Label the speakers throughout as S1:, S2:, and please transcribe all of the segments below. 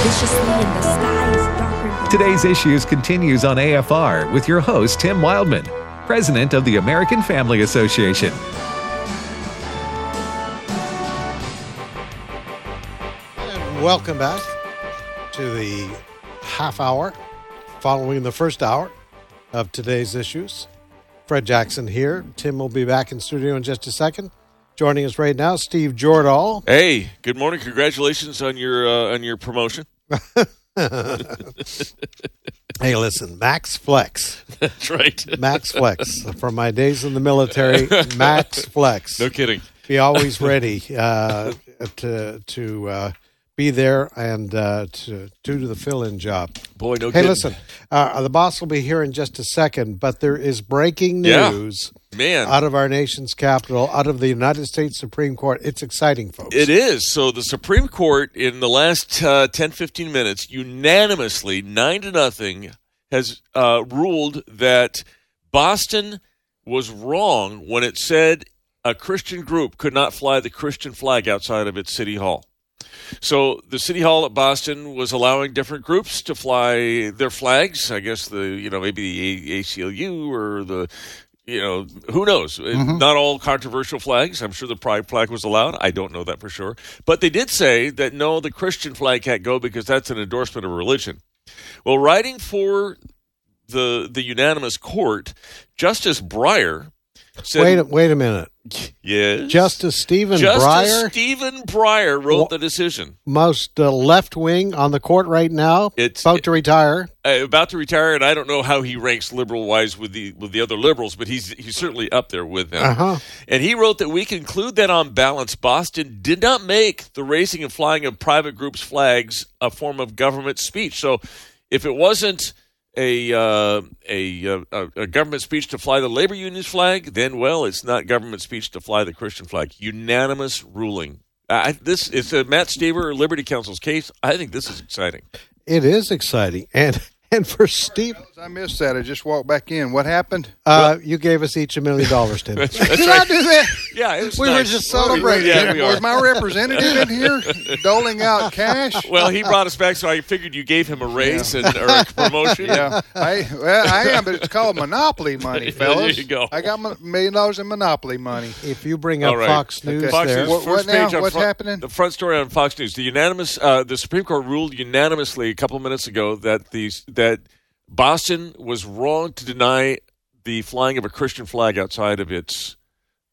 S1: viciously, and the sky is darker. Than
S2: Today's Issues continues on AFR with your host, Tim Wildman, President of the American Family Association.
S3: And welcome back to the half hour following the first hour of today's issues. Fred Jackson here. Tim will be back in studio in just a second. Joining us right now, Steve Jordahl.
S4: Hey, good morning. Congratulations on your uh, on your promotion.
S3: Hey, listen, Max Flex.
S4: That's right.
S3: Max Flex. From my days in the military, Max Flex.
S4: No kidding.
S3: be always ready uh, to to uh, be there and uh, to to do the fill in job.
S4: Boy, no
S3: Hey,
S4: kidding.
S3: listen, uh, the boss will be here in just a second, but there is breaking
S4: Yeah.
S3: news
S4: Man.
S3: out of our nation's capital, out of the United States Supreme Court. It's exciting, folks.
S4: It is. So the Supreme Court, in the last uh, 10, 15 minutes, unanimously, nine to nothing, has uh, ruled that Boston was wrong when it said a Christian group could not fly the Christian flag outside of its city hall. So the city hall at Boston was allowing different groups to fly their flags. I guess the you know maybe the A- ACLU or the you know who knows. It-
S3: Mm-hmm.
S4: Not all controversial flags. I'm sure the pride flag was allowed. I don't know that for sure, but they did say that no, the Christian flag can't go because that's an endorsement of religion. Well, writing for the the unanimous court, Justice Breyer said,
S3: wait, a- wait a minute.
S4: yes,
S3: Justice Stephen
S4: Justice
S3: Breyer,
S4: Stephen Breyer wrote
S3: Wha-
S4: the decision.
S3: most uh, left wing on the court right now,
S4: It's-
S3: about to retire.
S4: uh, about to retire, and I don't know how he ranks liberal wise with the with the other liberals, but he's he's certainly up there with them.
S3: Uh huh.
S4: And he wrote that we conclude that on balance, Boston did not make the raising and flying of private groups' flags a form of government speech. So, if it wasn't a uh, a, uh, a a government speech to fly the labor union's flag, then well, it's not government speech to fly the Christian flag. Unanimous ruling. I, this is uh, Matt Staver, Liberty Council's case. I think this is exciting.
S3: It is exciting. And, and for Steve.
S5: I missed that. I just walked back in. What happened?
S3: Uh, you gave us each a million dollars, Tim.
S5: Did I do that?
S4: Yeah, it was
S3: We were
S4: nice.
S3: just
S5: Celebrating.
S4: Yeah, we are.
S5: Was my representative in here doling out cash?
S4: Well, he brought us back, so I figured you gave him a raise and or a promotion.
S5: Yeah, I well, I am, but it's called monopoly money, fellas.
S4: There you go.
S5: I got mon- million dollars in monopoly money.
S3: If you bring up
S4: All right.
S3: Fox News
S5: Okay.
S4: Fox
S3: there,
S4: News
S5: What-
S4: first
S5: what now?
S4: page on
S5: What's
S4: front-
S5: happening?
S4: The front story on Fox News: the unanimous, uh, the Supreme Court ruled unanimously a couple minutes ago that these that Boston was wrong to deny the flying of a Christian flag outside of its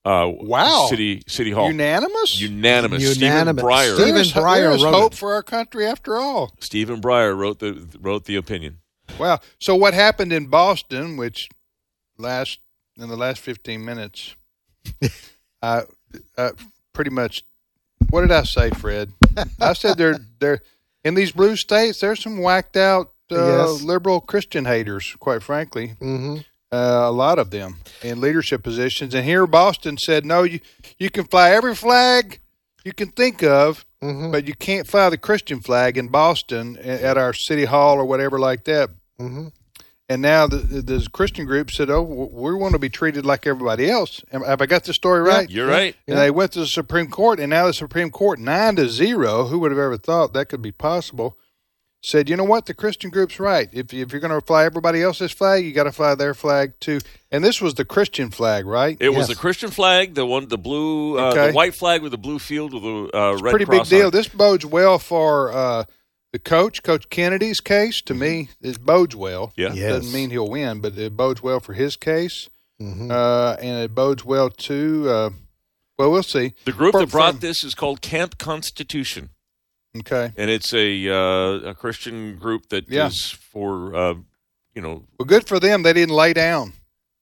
S4: uh,
S5: Wow.
S4: city city hall.
S5: Unanimous.
S4: unanimous.
S3: Unanimous.
S4: Stephen Breyer.
S3: Stephen
S5: There's-
S3: Breyer
S5: there's
S3: wrote
S5: hope
S3: it.
S5: for our country after all.
S4: Stephen Breyer wrote the wrote the opinion.
S5: Wow. So what happened in Boston, which last in the last fifteen minutes, uh, uh, pretty much. What did I say, Fred? I said there, there, in these blue states, there's some whacked out uh,
S3: Yes.
S5: liberal Christian haters. Quite frankly,
S3: Mhm.
S5: uh, a lot of them in leadership positions. And here, Boston said, no, you you can fly every flag you can think of, but you can't fly the Christian flag in Boston a- at our city hall or whatever like that. And now the, the, this Christian group said, oh, w- we want to be treated like everybody else. Am- Have I got the story right?
S4: You're right.
S5: And they went to the Supreme Court, and now the Supreme Court, nine to zero. Who would have ever thought that could be possible? Said, you know what? The Christian group's right. If, if you're going to fly everybody else's flag, you got to fly their flag too. And this was the Christian flag, right?
S4: It
S3: Yes.
S4: was the Christian flag, the one, the blue, uh,
S5: Okay.
S4: the white flag with the blue field with the uh, red
S5: Pretty big
S4: cross on
S5: deal.
S4: it.
S5: This bodes well for uh, the coach, Coach Kennedy's case. To me, it bodes well.
S4: Mm-hmm. Yeah.
S3: Yes.
S5: doesn't mean he'll win, but it bodes well for his case, uh, and it bodes well too. Uh, well, we'll see.
S4: The group
S5: For-
S4: that brought
S5: from-
S4: this is called Camp Constitution,
S5: Okay.
S4: and it's a uh, a Christian group that is
S5: Yeah.
S4: for uh, you know
S5: Well, good for them. They didn't lay down.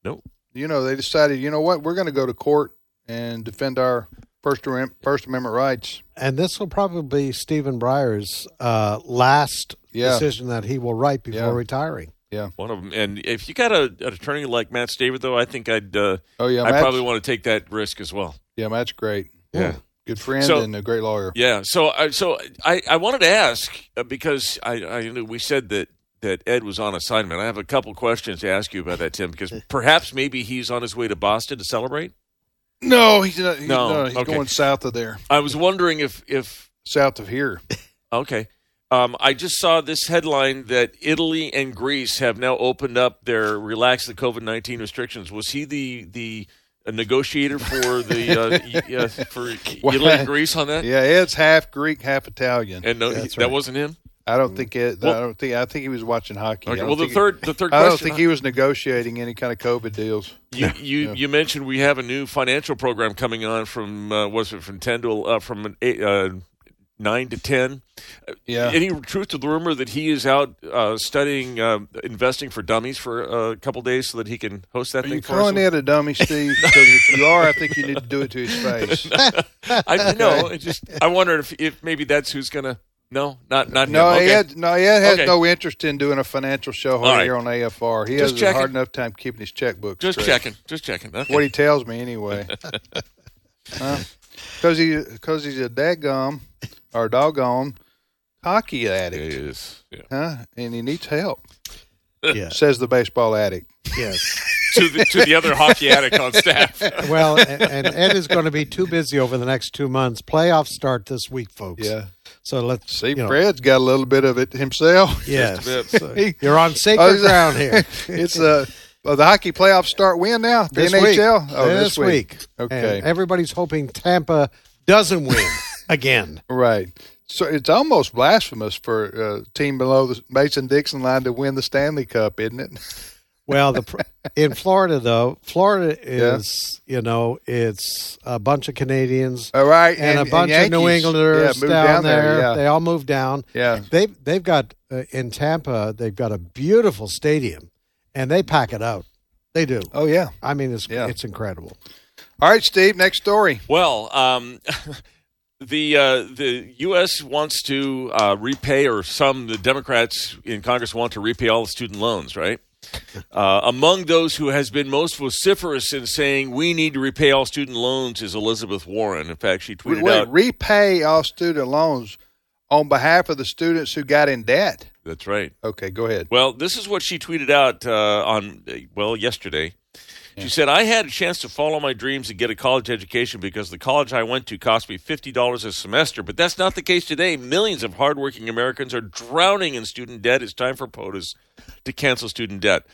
S4: no
S5: you know, they decided, you know what, we're going to go to court and defend our First, Am- First Amendment rights.
S3: and this will probably be Stephen Breyer's uh, last
S5: Yeah.
S3: decision that he will write before
S5: Yeah.
S3: retiring.
S4: one of them. And if you got a, an attorney like Matt Staver, though, I think I'd uh,
S5: Oh, yeah.
S4: I
S5: Matt's,
S4: probably want to take that risk as well.
S5: Yeah, Matt's great.
S4: Yeah.
S5: Good friend
S4: So-
S5: and a great lawyer.
S4: Yeah. So I so I, I wanted to ask uh, because I I knew we said that that Ed was on assignment. I have a couple questions to ask you about that, Tim, because perhaps maybe he's on his way to Boston to celebrate.
S5: No, he's not. He's,
S4: No,
S5: no, he's
S4: okay.
S5: going south of there,
S4: I was wondering if if
S5: south of here.
S4: Okay. Um, I just saw this headline that Italy and Greece have now opened up their relaxed the COVID nineteen restrictions. Was he the the uh, negotiator for the uh, y- uh, for Italy and Greece on that?
S5: Yeah, Ed's half Greek, half Italian.
S4: And no, he-
S5: That's
S4: that
S5: right.
S4: wasn't him.
S5: I don't think it.
S4: Well-
S5: I don't think. I think he was watching hockey. I
S4: Okay,
S5: don't
S4: well, the
S5: think he-
S4: third the third
S5: I don't
S4: question.
S5: think he was negotiating any kind of COVID deals.
S4: You you, you mentioned we have a new financial program coming on from uh, was it from ten to uh, from eight, uh, nine to ten.
S5: Yeah.
S4: Any truth to the rumor that he is out uh, studying uh, investing for dummies for uh, a couple days so that he can host that
S5: Are
S4: thing
S5: you
S4: for us?
S5: calling Ed a dummy, Steve? Because if you are, I think you need to do it to his face.
S4: I no, it just I wonder if, if maybe that's who's gonna. No, not not
S5: No,
S4: him. Okay.
S5: Ed, no, Ed has
S4: Okay.
S5: no interest in doing a financial show
S4: All right.
S5: here on AFR. He
S4: Just
S5: has
S4: checking.
S5: a hard enough time keeping his checkbook
S4: just
S5: straight.
S4: checking, just checking. Okay.
S5: What he tells me, anyway. Because he, cause he's a dadgum or doggone hockey addict,
S4: is. Yeah.
S5: huh? And he needs help,
S3: Yeah.
S5: says the baseball addict.
S3: Yes.
S4: to the to the other hockey addict on staff.
S3: Well, a- and Ed is going to be too busy over the next two months. Playoffs start this week, folks.
S5: Yeah.
S3: So let's
S5: See,
S3: you know,
S5: Fred's got a little bit of it himself.
S3: Yes.
S4: Just a
S3: So you're on sacred
S5: Oh, he's-
S3: ground here.
S5: it's uh, oh, the hockey playoffs start when now? The
S3: This week.
S5: NHL? Oh,
S3: this, week.
S5: Okay.
S3: And everybody's hoping Tampa doesn't win again.
S5: Right. So it's almost blasphemous for a team below the Mason Dixon line to win the Stanley Cup, isn't it?
S3: Well, the pr- in Florida though, Florida is you know it's a bunch of Canadians
S5: All Oh, right.
S3: and, a bunch of New
S5: Yankees,
S3: Englanders
S5: yeah, moved
S3: down, there.
S5: yeah.
S3: They all moved down.
S5: Yeah.
S3: They've they've got uh, in Tampa. They've got a beautiful stadium, and they pack it out. They do.
S5: Oh, yeah.
S3: I mean, it's
S5: Yeah.
S3: it's incredible.
S5: All right, Steve, next story.
S4: Well, um, the uh, the U.S. wants to uh, repay, or some the Democrats in Congress want to repay all the student loans, right? Uh, among those who has been most vociferous in saying we need to repay all student loans is Elizabeth Warren. In fact, she tweeted
S5: Wait,
S4: out,
S5: repay all student loans on behalf of the students who got in debt.
S4: "That's right."
S5: Okay, go ahead.
S4: Well, this is what she tweeted out uh, on uh, well yesterday. She said, "I had a chance to follow my dreams and get a college education because the college I went to cost me fifty dollars a semester. But that's not the case today. Millions of hardworking Americans are drowning in student debt. It's time for POTUS to cancel student debt."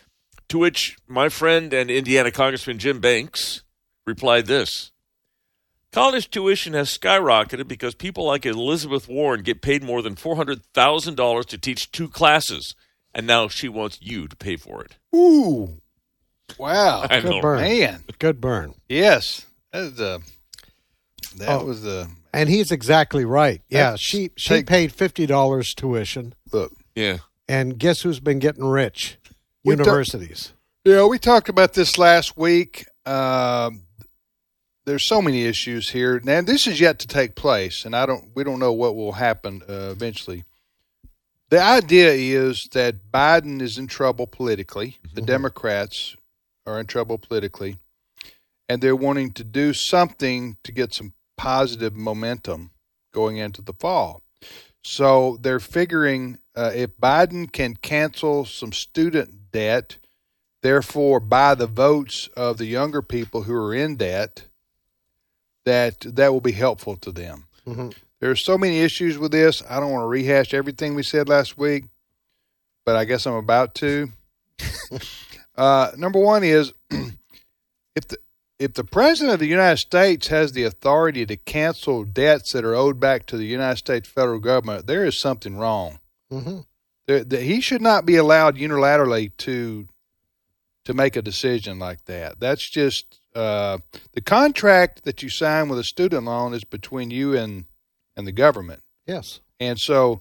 S4: To which my friend and Indiana Congressman Jim Banks replied, "This." College tuition has skyrocketed because people like Elizabeth Warren get paid more than $400,000 to teach two classes, and now she wants you to pay for it.
S5: Ooh. Wow.
S4: I
S3: Good
S4: know.
S3: burn.
S5: Man.
S3: Good burn.
S5: Yes. That, is a, that
S3: Oh.
S5: was the
S3: And he's exactly right. Yeah,
S5: That's-
S3: she she
S5: take-
S3: paid fifty dollars tuition,
S5: look.
S4: Yeah.
S3: and guess who's been getting rich?
S5: We don't-
S3: Universities.
S5: Yeah, we talked about this last week. Um, there's so many issues here. Now, this is yet to take place, and I don't. We don't know what will happen uh, eventually. The idea is that Biden is in trouble politically. The Democrats are in trouble politically, and they're wanting to do something to get some positive momentum going into the fall. So they're figuring uh, if Biden can cancel some student debt, therefore by the votes of the younger people who are in debt, that that will be helpful to them.
S3: Mhm.
S5: There are so many issues with this. I don't want to rehash everything we said last week, but I guess I'm about to. uh, number one is if the if the president of the United States has the authority to cancel debts that are owed back to the United States federal government, there is something wrong.
S3: hmm
S5: There, that he should not be allowed unilaterally to to make a decision like that. That's just uh, the contract that you sign with a student loan is between you and and the government.
S3: Yes.
S5: And so,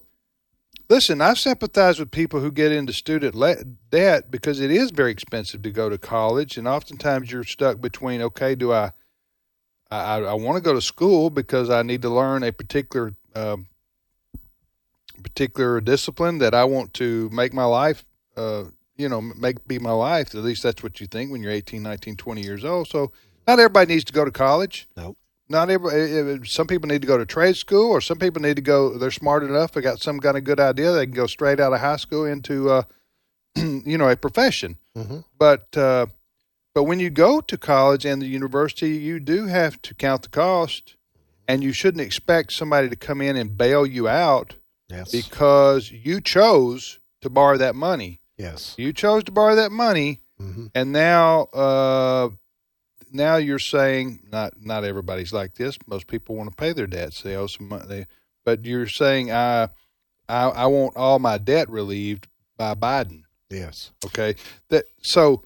S5: listen, I sympathize with people who get into student le- debt because it is very expensive to go to college, and oftentimes you're stuck between okay, do I I, I want to go to school because I need to learn a particular um, particular discipline that I want to make my life, uh, you know, make be my life. At least that's what you think when you're 18, 19, 20 years old. So not everybody needs to go to college
S3: No.
S5: not every. eh, eh, Some people need to go to trade school, or some people need to go. They're smart enough. They got some kind of good idea. They can go straight out of high school into, uh, you know, a profession.
S3: hmm
S5: But uh, but when you go to college and the university, you do have to count the cost, and you shouldn't expect somebody to come in and bail you out
S3: Yes.
S5: because you chose to borrow that money.
S3: yes.
S5: You chose to borrow that money,
S3: hmm
S5: and now uh, now you're saying not not everybody's like this. Most people want to pay their debts. They owe some money, they, but you're saying I, I I want all my debt relieved by Biden.
S3: Yes.
S5: Okay, that so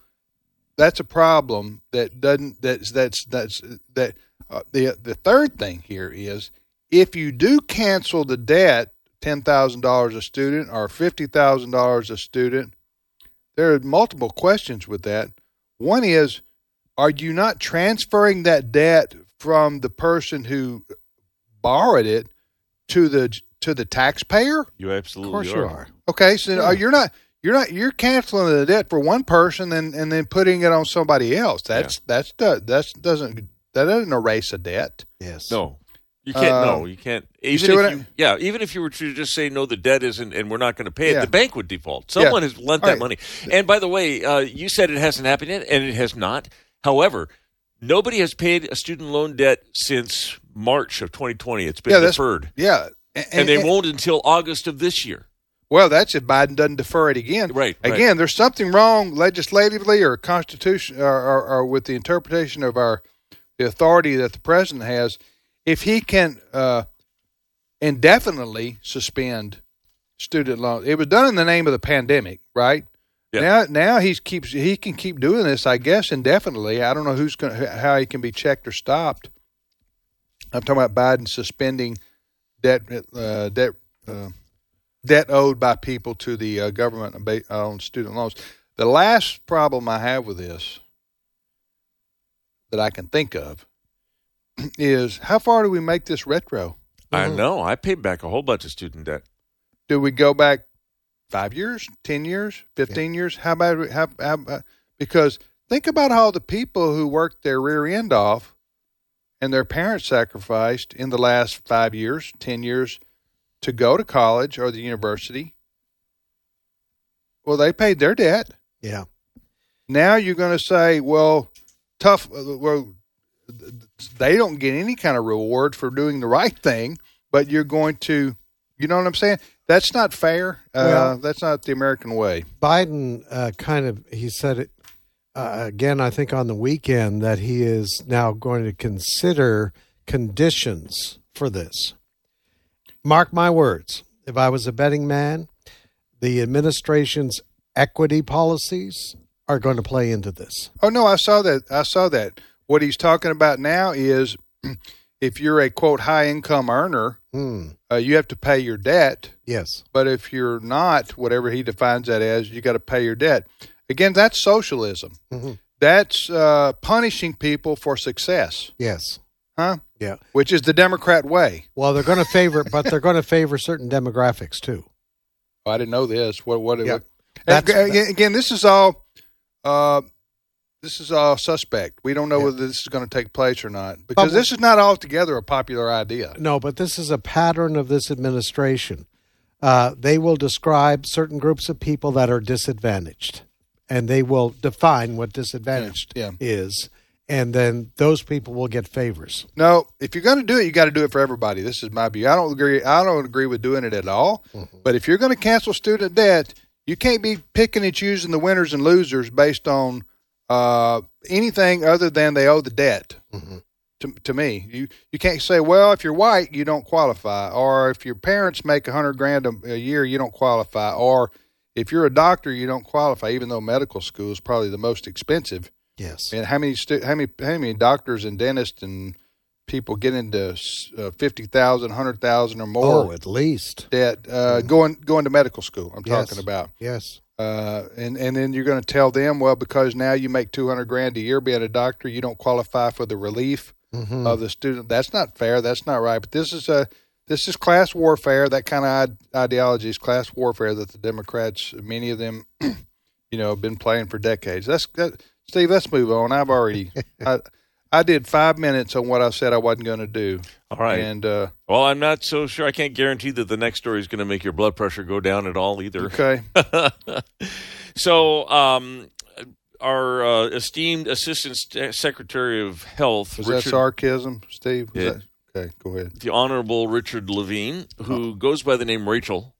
S5: that's a problem that doesn't that's that's that's that uh, the the third thing here is if you do cancel the debt ten thousand dollars a student or fifty thousand dollars a student, there are multiple questions with that. One is, are you not transferring that debt from the person who borrowed it to the to the taxpayer?
S4: You
S3: Of
S4: absolutely
S3: course you are.
S5: Okay, so
S3: Yeah.
S5: uh, you're not you're not you're canceling the debt for one person and and then putting it on somebody else. That's that's do- that's doesn't that doesn't erase a debt.
S3: Yes.
S4: No. You can't.
S5: Uh,
S4: no, you can't. Even
S5: see what
S4: if
S5: I-
S4: you, yeah, even if you were to just say no, the debt isn't, and we're not going to pay it,
S5: Yeah.
S4: the bank would default. Someone has lent that
S5: All right.
S4: money. And by the way, uh, you said it hasn't happened yet, and it has not. However, nobody has paid a student loan debt since March of 2020. It's been
S5: Yeah, that's-
S4: deferred,
S5: Yeah,
S4: and, they won't until August of this year.
S5: Well, that's if Biden doesn't defer it again.
S4: Right, right.
S5: Again, there's something wrong legislatively or constitution or, or, or with the interpretation of our the authority that the president has. If he can uh, indefinitely suspend student loans, it was done in the name of the pandemic, right?
S4: Yeah.
S5: Now, now he's keeps he can keep doing this, I guess, indefinitely. I don't know who's going how he can be checked or stopped. I'm talking about Biden suspending debt uh, debt. Uh, debt owed by people to the uh, government ba- on student loans. The last problem I have with this that I can think of is how far do we make this retro?
S4: I know. I paid back a whole bunch of student debt.
S5: Do we go back five years, ten years, fifteen years? How about how, how, how- because think about all the people who worked their rear end off and their parents sacrificed in the last five years, ten years to go to college or the university. Well, they paid their debt.
S3: Yeah.
S5: Now you're going to say, well, tough. uh, Well, they don't get any kind of reward for doing the right thing, but you're going to, you know what I'm saying? That's not fair. uh,
S3: Well-
S5: that's not the American way.
S3: Biden uh, kind of he said it uh, again. I think on the weekend that he is now going to consider conditions for this. Mark my words. If I was a betting man, the administration's equity policies are going to play into this.
S5: Oh no, I saw that. I saw that. What he's talking about now is, if you're a quote high income earner,
S3: Hmm.
S5: uh, you have to pay your debt.
S3: Yes.
S5: But if you're not, whatever he defines that as, you got to pay your debt. Again, that's socialism.
S3: Mhm.
S5: That's uh, punishing people for success,
S3: Yes.
S5: huh?
S3: Yeah.
S5: Which is the Democrat way.
S3: Well, they're going to favor, but they're going to favor certain demographics too.
S5: Oh, I didn't know this. What? What?
S3: Yeah.
S5: what-
S3: That's-
S5: Ag- again, again, this is all. Uh, this is all suspect. We don't know
S3: Yeah.
S5: whether this is going to take place or not because
S3: But-
S5: this is not altogether a popular idea.
S3: No, but this is a pattern of this administration. Uh, they will describe certain groups of people that are disadvantaged, and they will define what disadvantaged
S5: Yeah, yeah.
S3: is, and then those people will get favors.
S5: No, if you're going to do it, you got to do it for everybody. This is my view. I don't agree. I don't agree with doing it at all. But if you're going to cancel student debt, you can't be picking and choosing the winners and losers based on uh, anything other than they owe the debt. To, to me, you you can't say, well, if you're white, you don't qualify, or if your parents make a hundred grand a, a year, you don't qualify, or if you're a doctor, you don't qualify. Even though medical school is probably the most expensive.
S3: Yes.
S5: And how many stu- how many how many doctors and dentists and people get into s- uh, fifty thousand, hundred thousand, or
S3: Oh,
S5: more
S3: at least.
S5: debt uh, going going to medical school? I'm
S3: Yes.
S5: talking about.
S3: Yes.
S5: Uh, and and then you're going to tell them, well, because now you make two hundred grand a year being a doctor, you don't qualify for the relief
S3: Mhm.
S5: of the student. That's not fair. That's not right. But this is a this is class warfare. That kind of ide- ideology is class warfare that the Democrats, many of them, you know, have been playing for decades. That's that, Steve. Let's move on. I've already I, I did five minutes on what I said I wasn't going to do,
S4: All right.
S5: and uh,
S4: well, I'm not so sure. I can't guarantee that the next story is going to make your blood pressure go down at all either.
S5: okay,
S4: so, um, our uh, esteemed Assistant St- Secretary of Health,
S5: was that
S4: Richard,
S5: sarcasm, Steve? Was
S4: Yeah.
S5: that, Okay, go ahead.
S4: the Honorable Richard Levine, who goes by the name Rachel,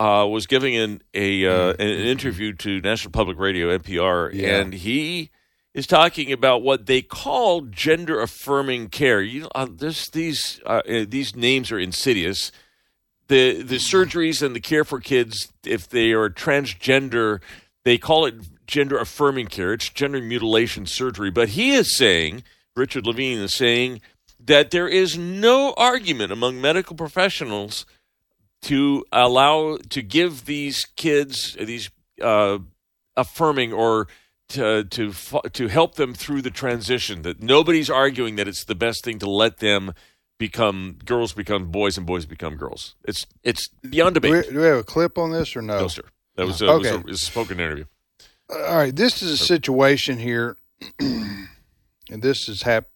S4: uh, was giving an a uh, an an interview to National Public Radio NPR,
S5: Yeah.
S4: and he is talking about what they call gender affirming care. You know, uh, this these uh, uh, these names are insidious. The the surgeries and the care for kids, if they are transgender, they call it gender affirming care. It's gender mutilation surgery. But he is saying, Richard Levine is saying that there is no argument among medical professionals to allow to give these kids these uh, affirming or to to fo- to help them through the transition. That nobody's arguing that it's the best thing to let them become girls become boys and boys become girls. It's it's beyond
S5: Do we,
S4: debate.
S5: do we have a clip on this or no?
S4: No, sir. That was, uh, was a,
S5: oh. Okay.
S4: was a spoken interview.
S5: All right, this is a situation here, and this is hap.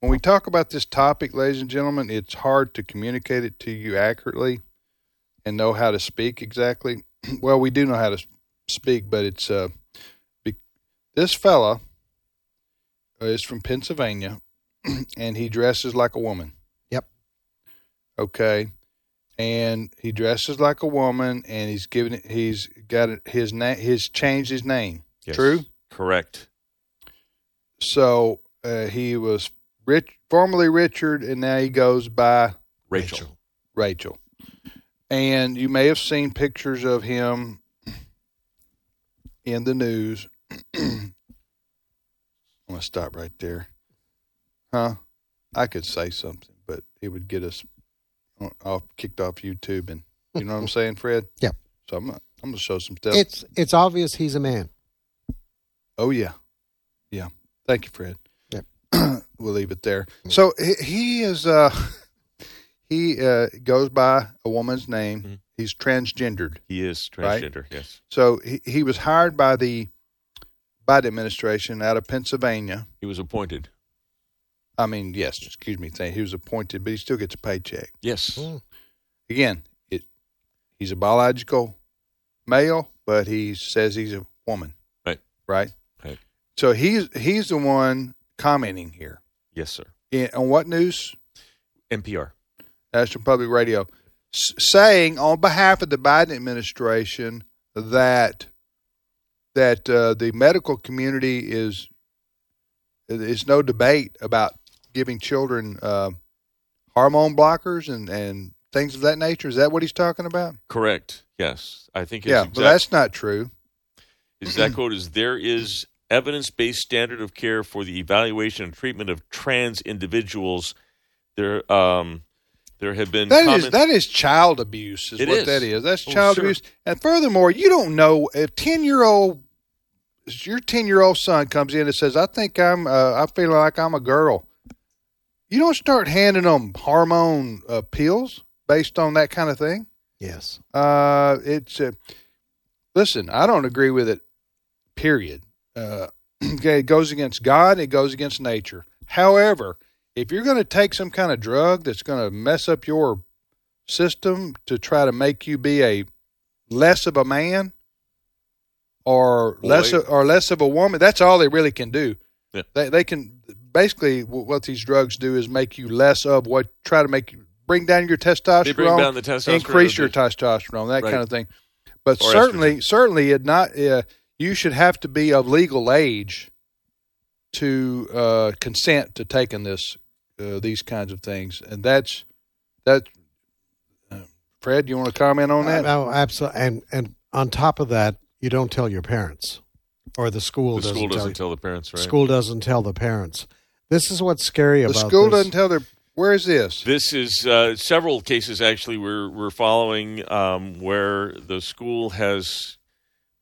S5: When we talk about this topic, ladies and gentlemen, it's hard to communicate it to you accurately and know how to speak exactly. well, we do know how to s- speak, but it's uh, be- this fella uh, is from Pennsylvania, and he dresses like a woman.
S3: Yep.
S5: Okay and he dresses like a woman and he's given it he's got it, his name he's changed his name
S4: Yes.
S5: True.
S4: Correct.
S5: so uh, he was rich formerly richard and now he goes by
S4: Rachel.
S5: rachel and you may have seen pictures of him in the news i'm gonna stop right there huh i could say something but it would get us off kicked off youtube and you know what i'm saying fred
S3: Yep.
S5: so i'm gonna, I'm gonna show some stuff
S3: It's it's obvious he's a man.
S5: Oh yeah, yeah. Thank you, Fred.
S3: Yep.
S5: we'll leave it there. So he, he is. Uh, he uh, goes by a woman's name.
S4: Mhm.
S5: He's transgendered.
S4: He is
S5: Right.
S4: transgender. Yes.
S5: So he, he was hired by the Biden administration out of Pennsylvania.
S4: He was appointed.
S5: I mean, yes, excuse me. Saying he was appointed, but he still gets a paycheck.
S4: Yes.
S5: Hmm. Again, it, he's a biological male, but he says he's a woman.
S4: Right.
S5: Right.
S4: Right.
S5: So he's he's the one commenting here.
S4: Yes, sir.
S5: in, on what news?
S4: NPR.
S5: National Public Radio, s- saying on behalf of the Biden administration that that uh, the medical community is it's no debate about giving children uh, hormone blockers and and things of that nature. Is that what he's talking about?
S4: Correct. Yes. I think his
S5: yeah,
S4: exact,
S5: but that's not true.
S4: his exact quote is there is evidence based standard of care for the evaluation and treatment of trans individuals. There um there have been
S5: That is
S4: comments-
S5: that is child abuse. Is
S4: It
S5: what
S4: is.
S5: that is. That's
S4: Oh,
S5: child
S4: sure.
S5: abuse. And furthermore, you don't know if ten year old your ten year old son comes in and says, "I think I'm uh, I feel like I'm a girl." You don't start handing them hormone uh, pills based on that kind of thing.
S3: Yes.
S5: Uh, it's uh, listen. I don't agree with it. Period. Uh, it goes against God. It goes against nature. However, if you're going to take some kind of drug that's going to mess up your system to try to make you be a less of a man or
S4: Boy.
S5: less of, or less of a woman, that's all they really can do.
S4: Yeah.
S5: They they can basically wh- what these drugs do is make you less of what try to make you bring down your testosterone
S4: they bring down the testosterone.
S5: increase your testosterone, that
S4: Right.
S5: kind of thing. But
S4: Or
S5: certainly, certainly, it not uh, you should have to be of legal age to uh, consent to taking this uh, these kinds of things, and that's that. Uh, Fred, you want to comment on that?
S3: no, absolutely. Oh, And and on top of that, you don't tell your parents, or the school
S4: the
S3: doesn't
S4: school
S3: tell
S4: doesn't
S3: you.
S4: tell the parents, right?
S3: School doesn't tell the parents. This is what's scary
S5: the
S3: about
S5: school
S3: this.
S5: doesn't tell their. Where is this?
S4: This is uh, several cases actually we're we're following um, where the school has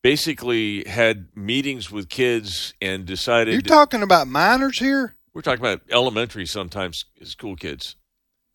S4: basically had meetings with kids and decided
S5: You're talking about minors here,
S4: we're talking about elementary sometimes school kids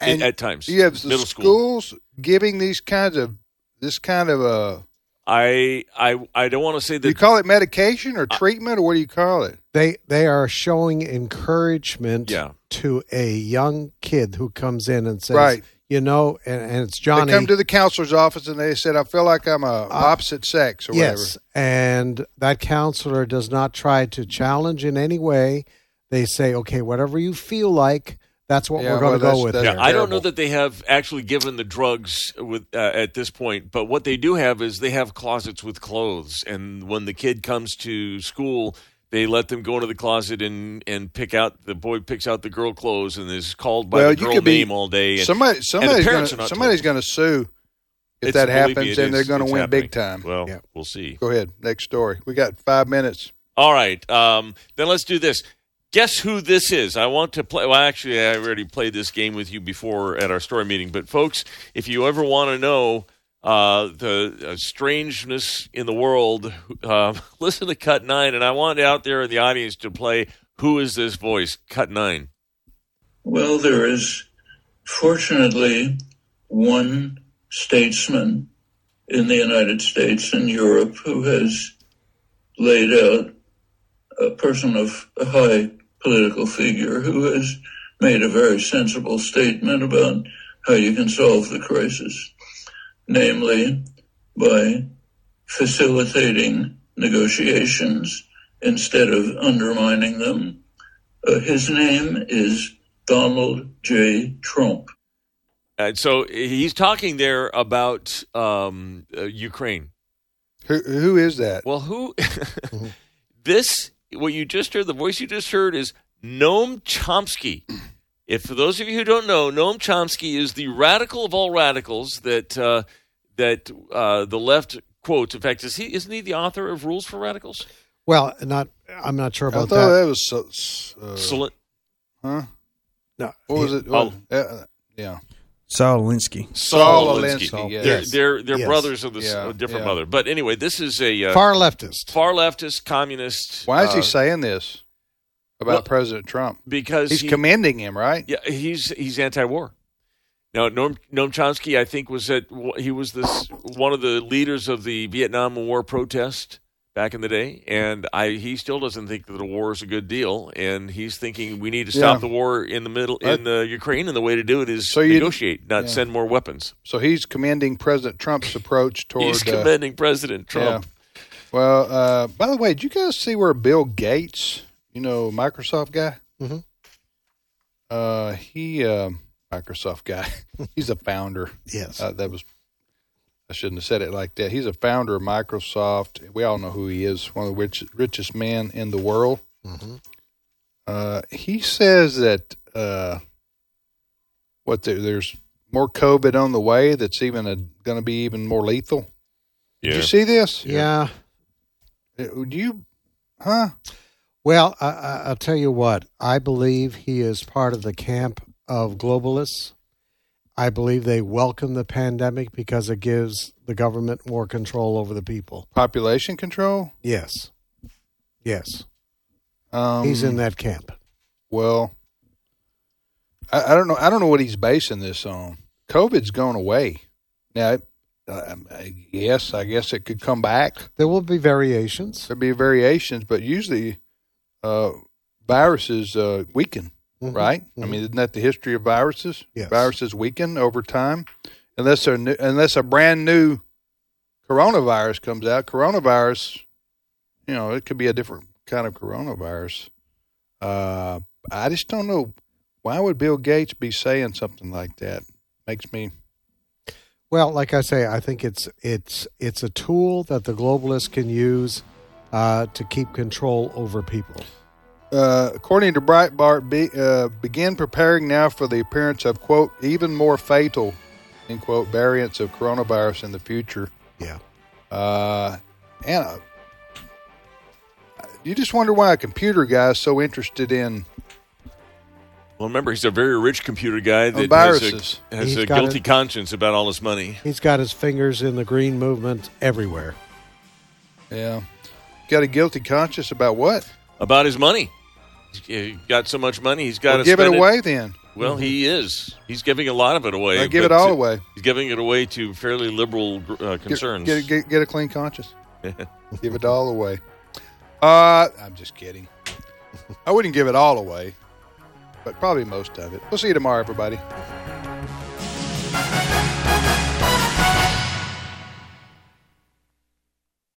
S4: i-
S5: and
S4: at times
S5: you have the
S4: middle school.
S5: schools giving these kinds of this kind of uh,
S4: I I I don't want to say
S5: do you
S4: that
S5: call it medication or treatment or what do you call it?
S3: They they are showing encouragement
S4: Yeah.
S3: to a young kid who comes in and says,
S5: Right.
S3: you know, and, and it's Johnny. Uh,
S5: They come to the counselor's office and they said, "I feel like I'm a opposite sex or
S3: yes, and that counselor does not try to challenge in any way. They say, okay, whatever you feel like, That's what
S5: Yeah,
S3: we're going
S5: well,
S3: to
S5: that's-
S3: go with.
S5: that's-
S3: here.
S5: Yeah,
S4: I don't know
S5: terrible.
S4: that they have actually given the drugs with uh, at this point, but what they do have is they have closets with clothes, and when the kid comes to school, they let them go into the closet and and pick out the boy picks out the girl clothes and is called by
S5: Well,
S4: the
S5: you
S4: girl
S5: could be-
S4: name all day. And
S5: Somebody, somebody's
S4: parents
S5: gonna-
S4: are not
S5: somebody's
S4: told.
S5: going to sue if
S4: it's-
S5: that
S4: believe me,
S5: happens,
S4: it
S5: and they're
S4: is-
S5: going to
S4: it's
S5: win big
S4: happening.
S5: time.
S4: Well,
S3: Yeah.
S4: we'll see.
S5: Go ahead, next story. We got five minutes.
S4: All right, um, then let's do this. Guess who this is? I want to play. Well, actually, I already played this game with you before at our story meeting. But folks, if you ever want to know uh, the uh, strangeness in the world, uh, listen to Cut Nine. And I want out there in the audience to play. Who is this voice? Cut Nine.
S6: Well, there is fortunately one statesman in the United States and Europe who has laid out a person of a high political figure who has made a very sensible statement about how you can solve the crisis, namely by facilitating negotiations instead of undermining them. Uh, his name is Donald J. Trump.
S4: And so he's talking there about um, uh, Ukraine.
S5: Who who is that?
S4: Well, who
S5: Mm-hmm.
S4: this what you just heard, the voice you just heard is Noam Chomsky. If for those of you who don't know, Noam Chomsky is the radical of all radicals that uh, that uh, the left quotes. In fact, is he isn't he the author of Rules for Radicals?
S3: Well, not I'm not sure
S5: I thought
S3: about
S5: that,
S3: that.
S5: was so, s- uh,
S4: Sol-
S5: huh?
S3: No,
S5: What was it?
S4: Oh.
S5: Uh, uh, yeah,
S7: Saul Alinsky.
S5: Saul
S4: Alinsky.
S5: Alinsky, yes.
S4: They're they're, they're
S3: Yes.
S4: brothers of the s-
S5: Yeah,
S4: a different
S5: yeah.
S4: mother. But anyway, this is a uh, far,
S3: far leftist.
S4: leftist communist.
S5: Why is he
S4: uh,
S5: saying this about
S4: well,
S5: President Trump?
S4: Because
S5: He's
S4: he-
S5: commending him, right?
S4: Yeah, he's he's anti-war. Now, Noam, Noam Chomsky, I think, was at he was this one of the leaders of the Vietnam War protest back in the day, and I he still doesn't think that a war is a good deal, and he's thinking we need to stop the
S5: Yeah.
S4: war in the middle
S5: I-
S4: in the Ukraine, and the way to do it is
S5: So you-
S4: negotiate, not
S5: yeah.
S4: send more weapons.
S5: So he's commending President Trump's approach toward.
S4: he's
S5: uh,
S4: commending President Trump.
S5: Yeah. Well, uh, by the way, did you guys see where Bill Gates, you know, Microsoft guy?
S3: Mhm.
S5: Uh, he, um Microsoft guy. he's a founder.
S3: Yes.
S5: Uh, that was. I shouldn't have said it like that. He's a founder of Microsoft. We all know who he is. One of the rich, richest men in the world.
S3: Mhm.
S5: Uh, he says that uh, what there, there's more COVID on the way. That's even going to be even more lethal. Did you see this?
S3: yeah.
S5: Uh, Do you? Huh?
S3: Well, I, I, I'll tell you what. I believe he is part of the camp of globalists. I believe they welcome the pandemic because it gives the government more control over the people.
S5: Population control?
S3: Yes. Yes.
S5: Um,
S3: He's in that camp.
S5: Well, I, I don't know. I don't know what he's basing this on. COVID's gone away. Now, uh, yes, I guess it could come back.
S3: There will be variations.
S5: There'd be variations, but usually uh, viruses uh, weaken,
S3: Mhm.
S5: right? I
S3: Mhm.
S5: mean, isn't that the history of viruses?
S3: Yes.
S5: Viruses weaken over time, unless a new, unless a brand new coronavirus comes out. Coronavirus, you know, it could be a different kind of coronavirus. Uh, I just don't know why would Bill Gates be saying something like that. Makes me
S3: Well, like I say, I think it's it's it's a tool that the globalists can use uh, to keep control over people.
S5: Uh, according to Breitbart, be, uh, begin preparing now for the appearance of, quote, even more fatal, end quote, variants of coronavirus in the future.
S3: Yeah.
S5: Uh, and uh, you just wonder why a computer guy is so interested in
S4: Well, remember, he's a very rich computer guy that
S5: viruses.
S4: has a, has
S3: He's
S4: a
S3: got
S4: guilty
S3: a-
S4: conscience about all his money.
S3: He's got his fingers in the green movement everywhere.
S5: Yeah. Got a guilty conscience about what?
S4: About his money, he's uh, got so much money, he's got
S5: Well,
S4: to
S5: give it
S4: spend
S5: away then.
S4: Well, he is. He's giving a lot of it away.
S5: I Mm-hmm. give
S4: but
S5: it all
S4: to-
S5: away.
S4: He's giving it away to fairly liberal uh,
S5: Get-
S4: concerns.
S5: Get, get, get a clean conscience. give it all away. Uh, I'm just kidding. I wouldn't give it all away, but probably most of it. We'll see you tomorrow, everybody.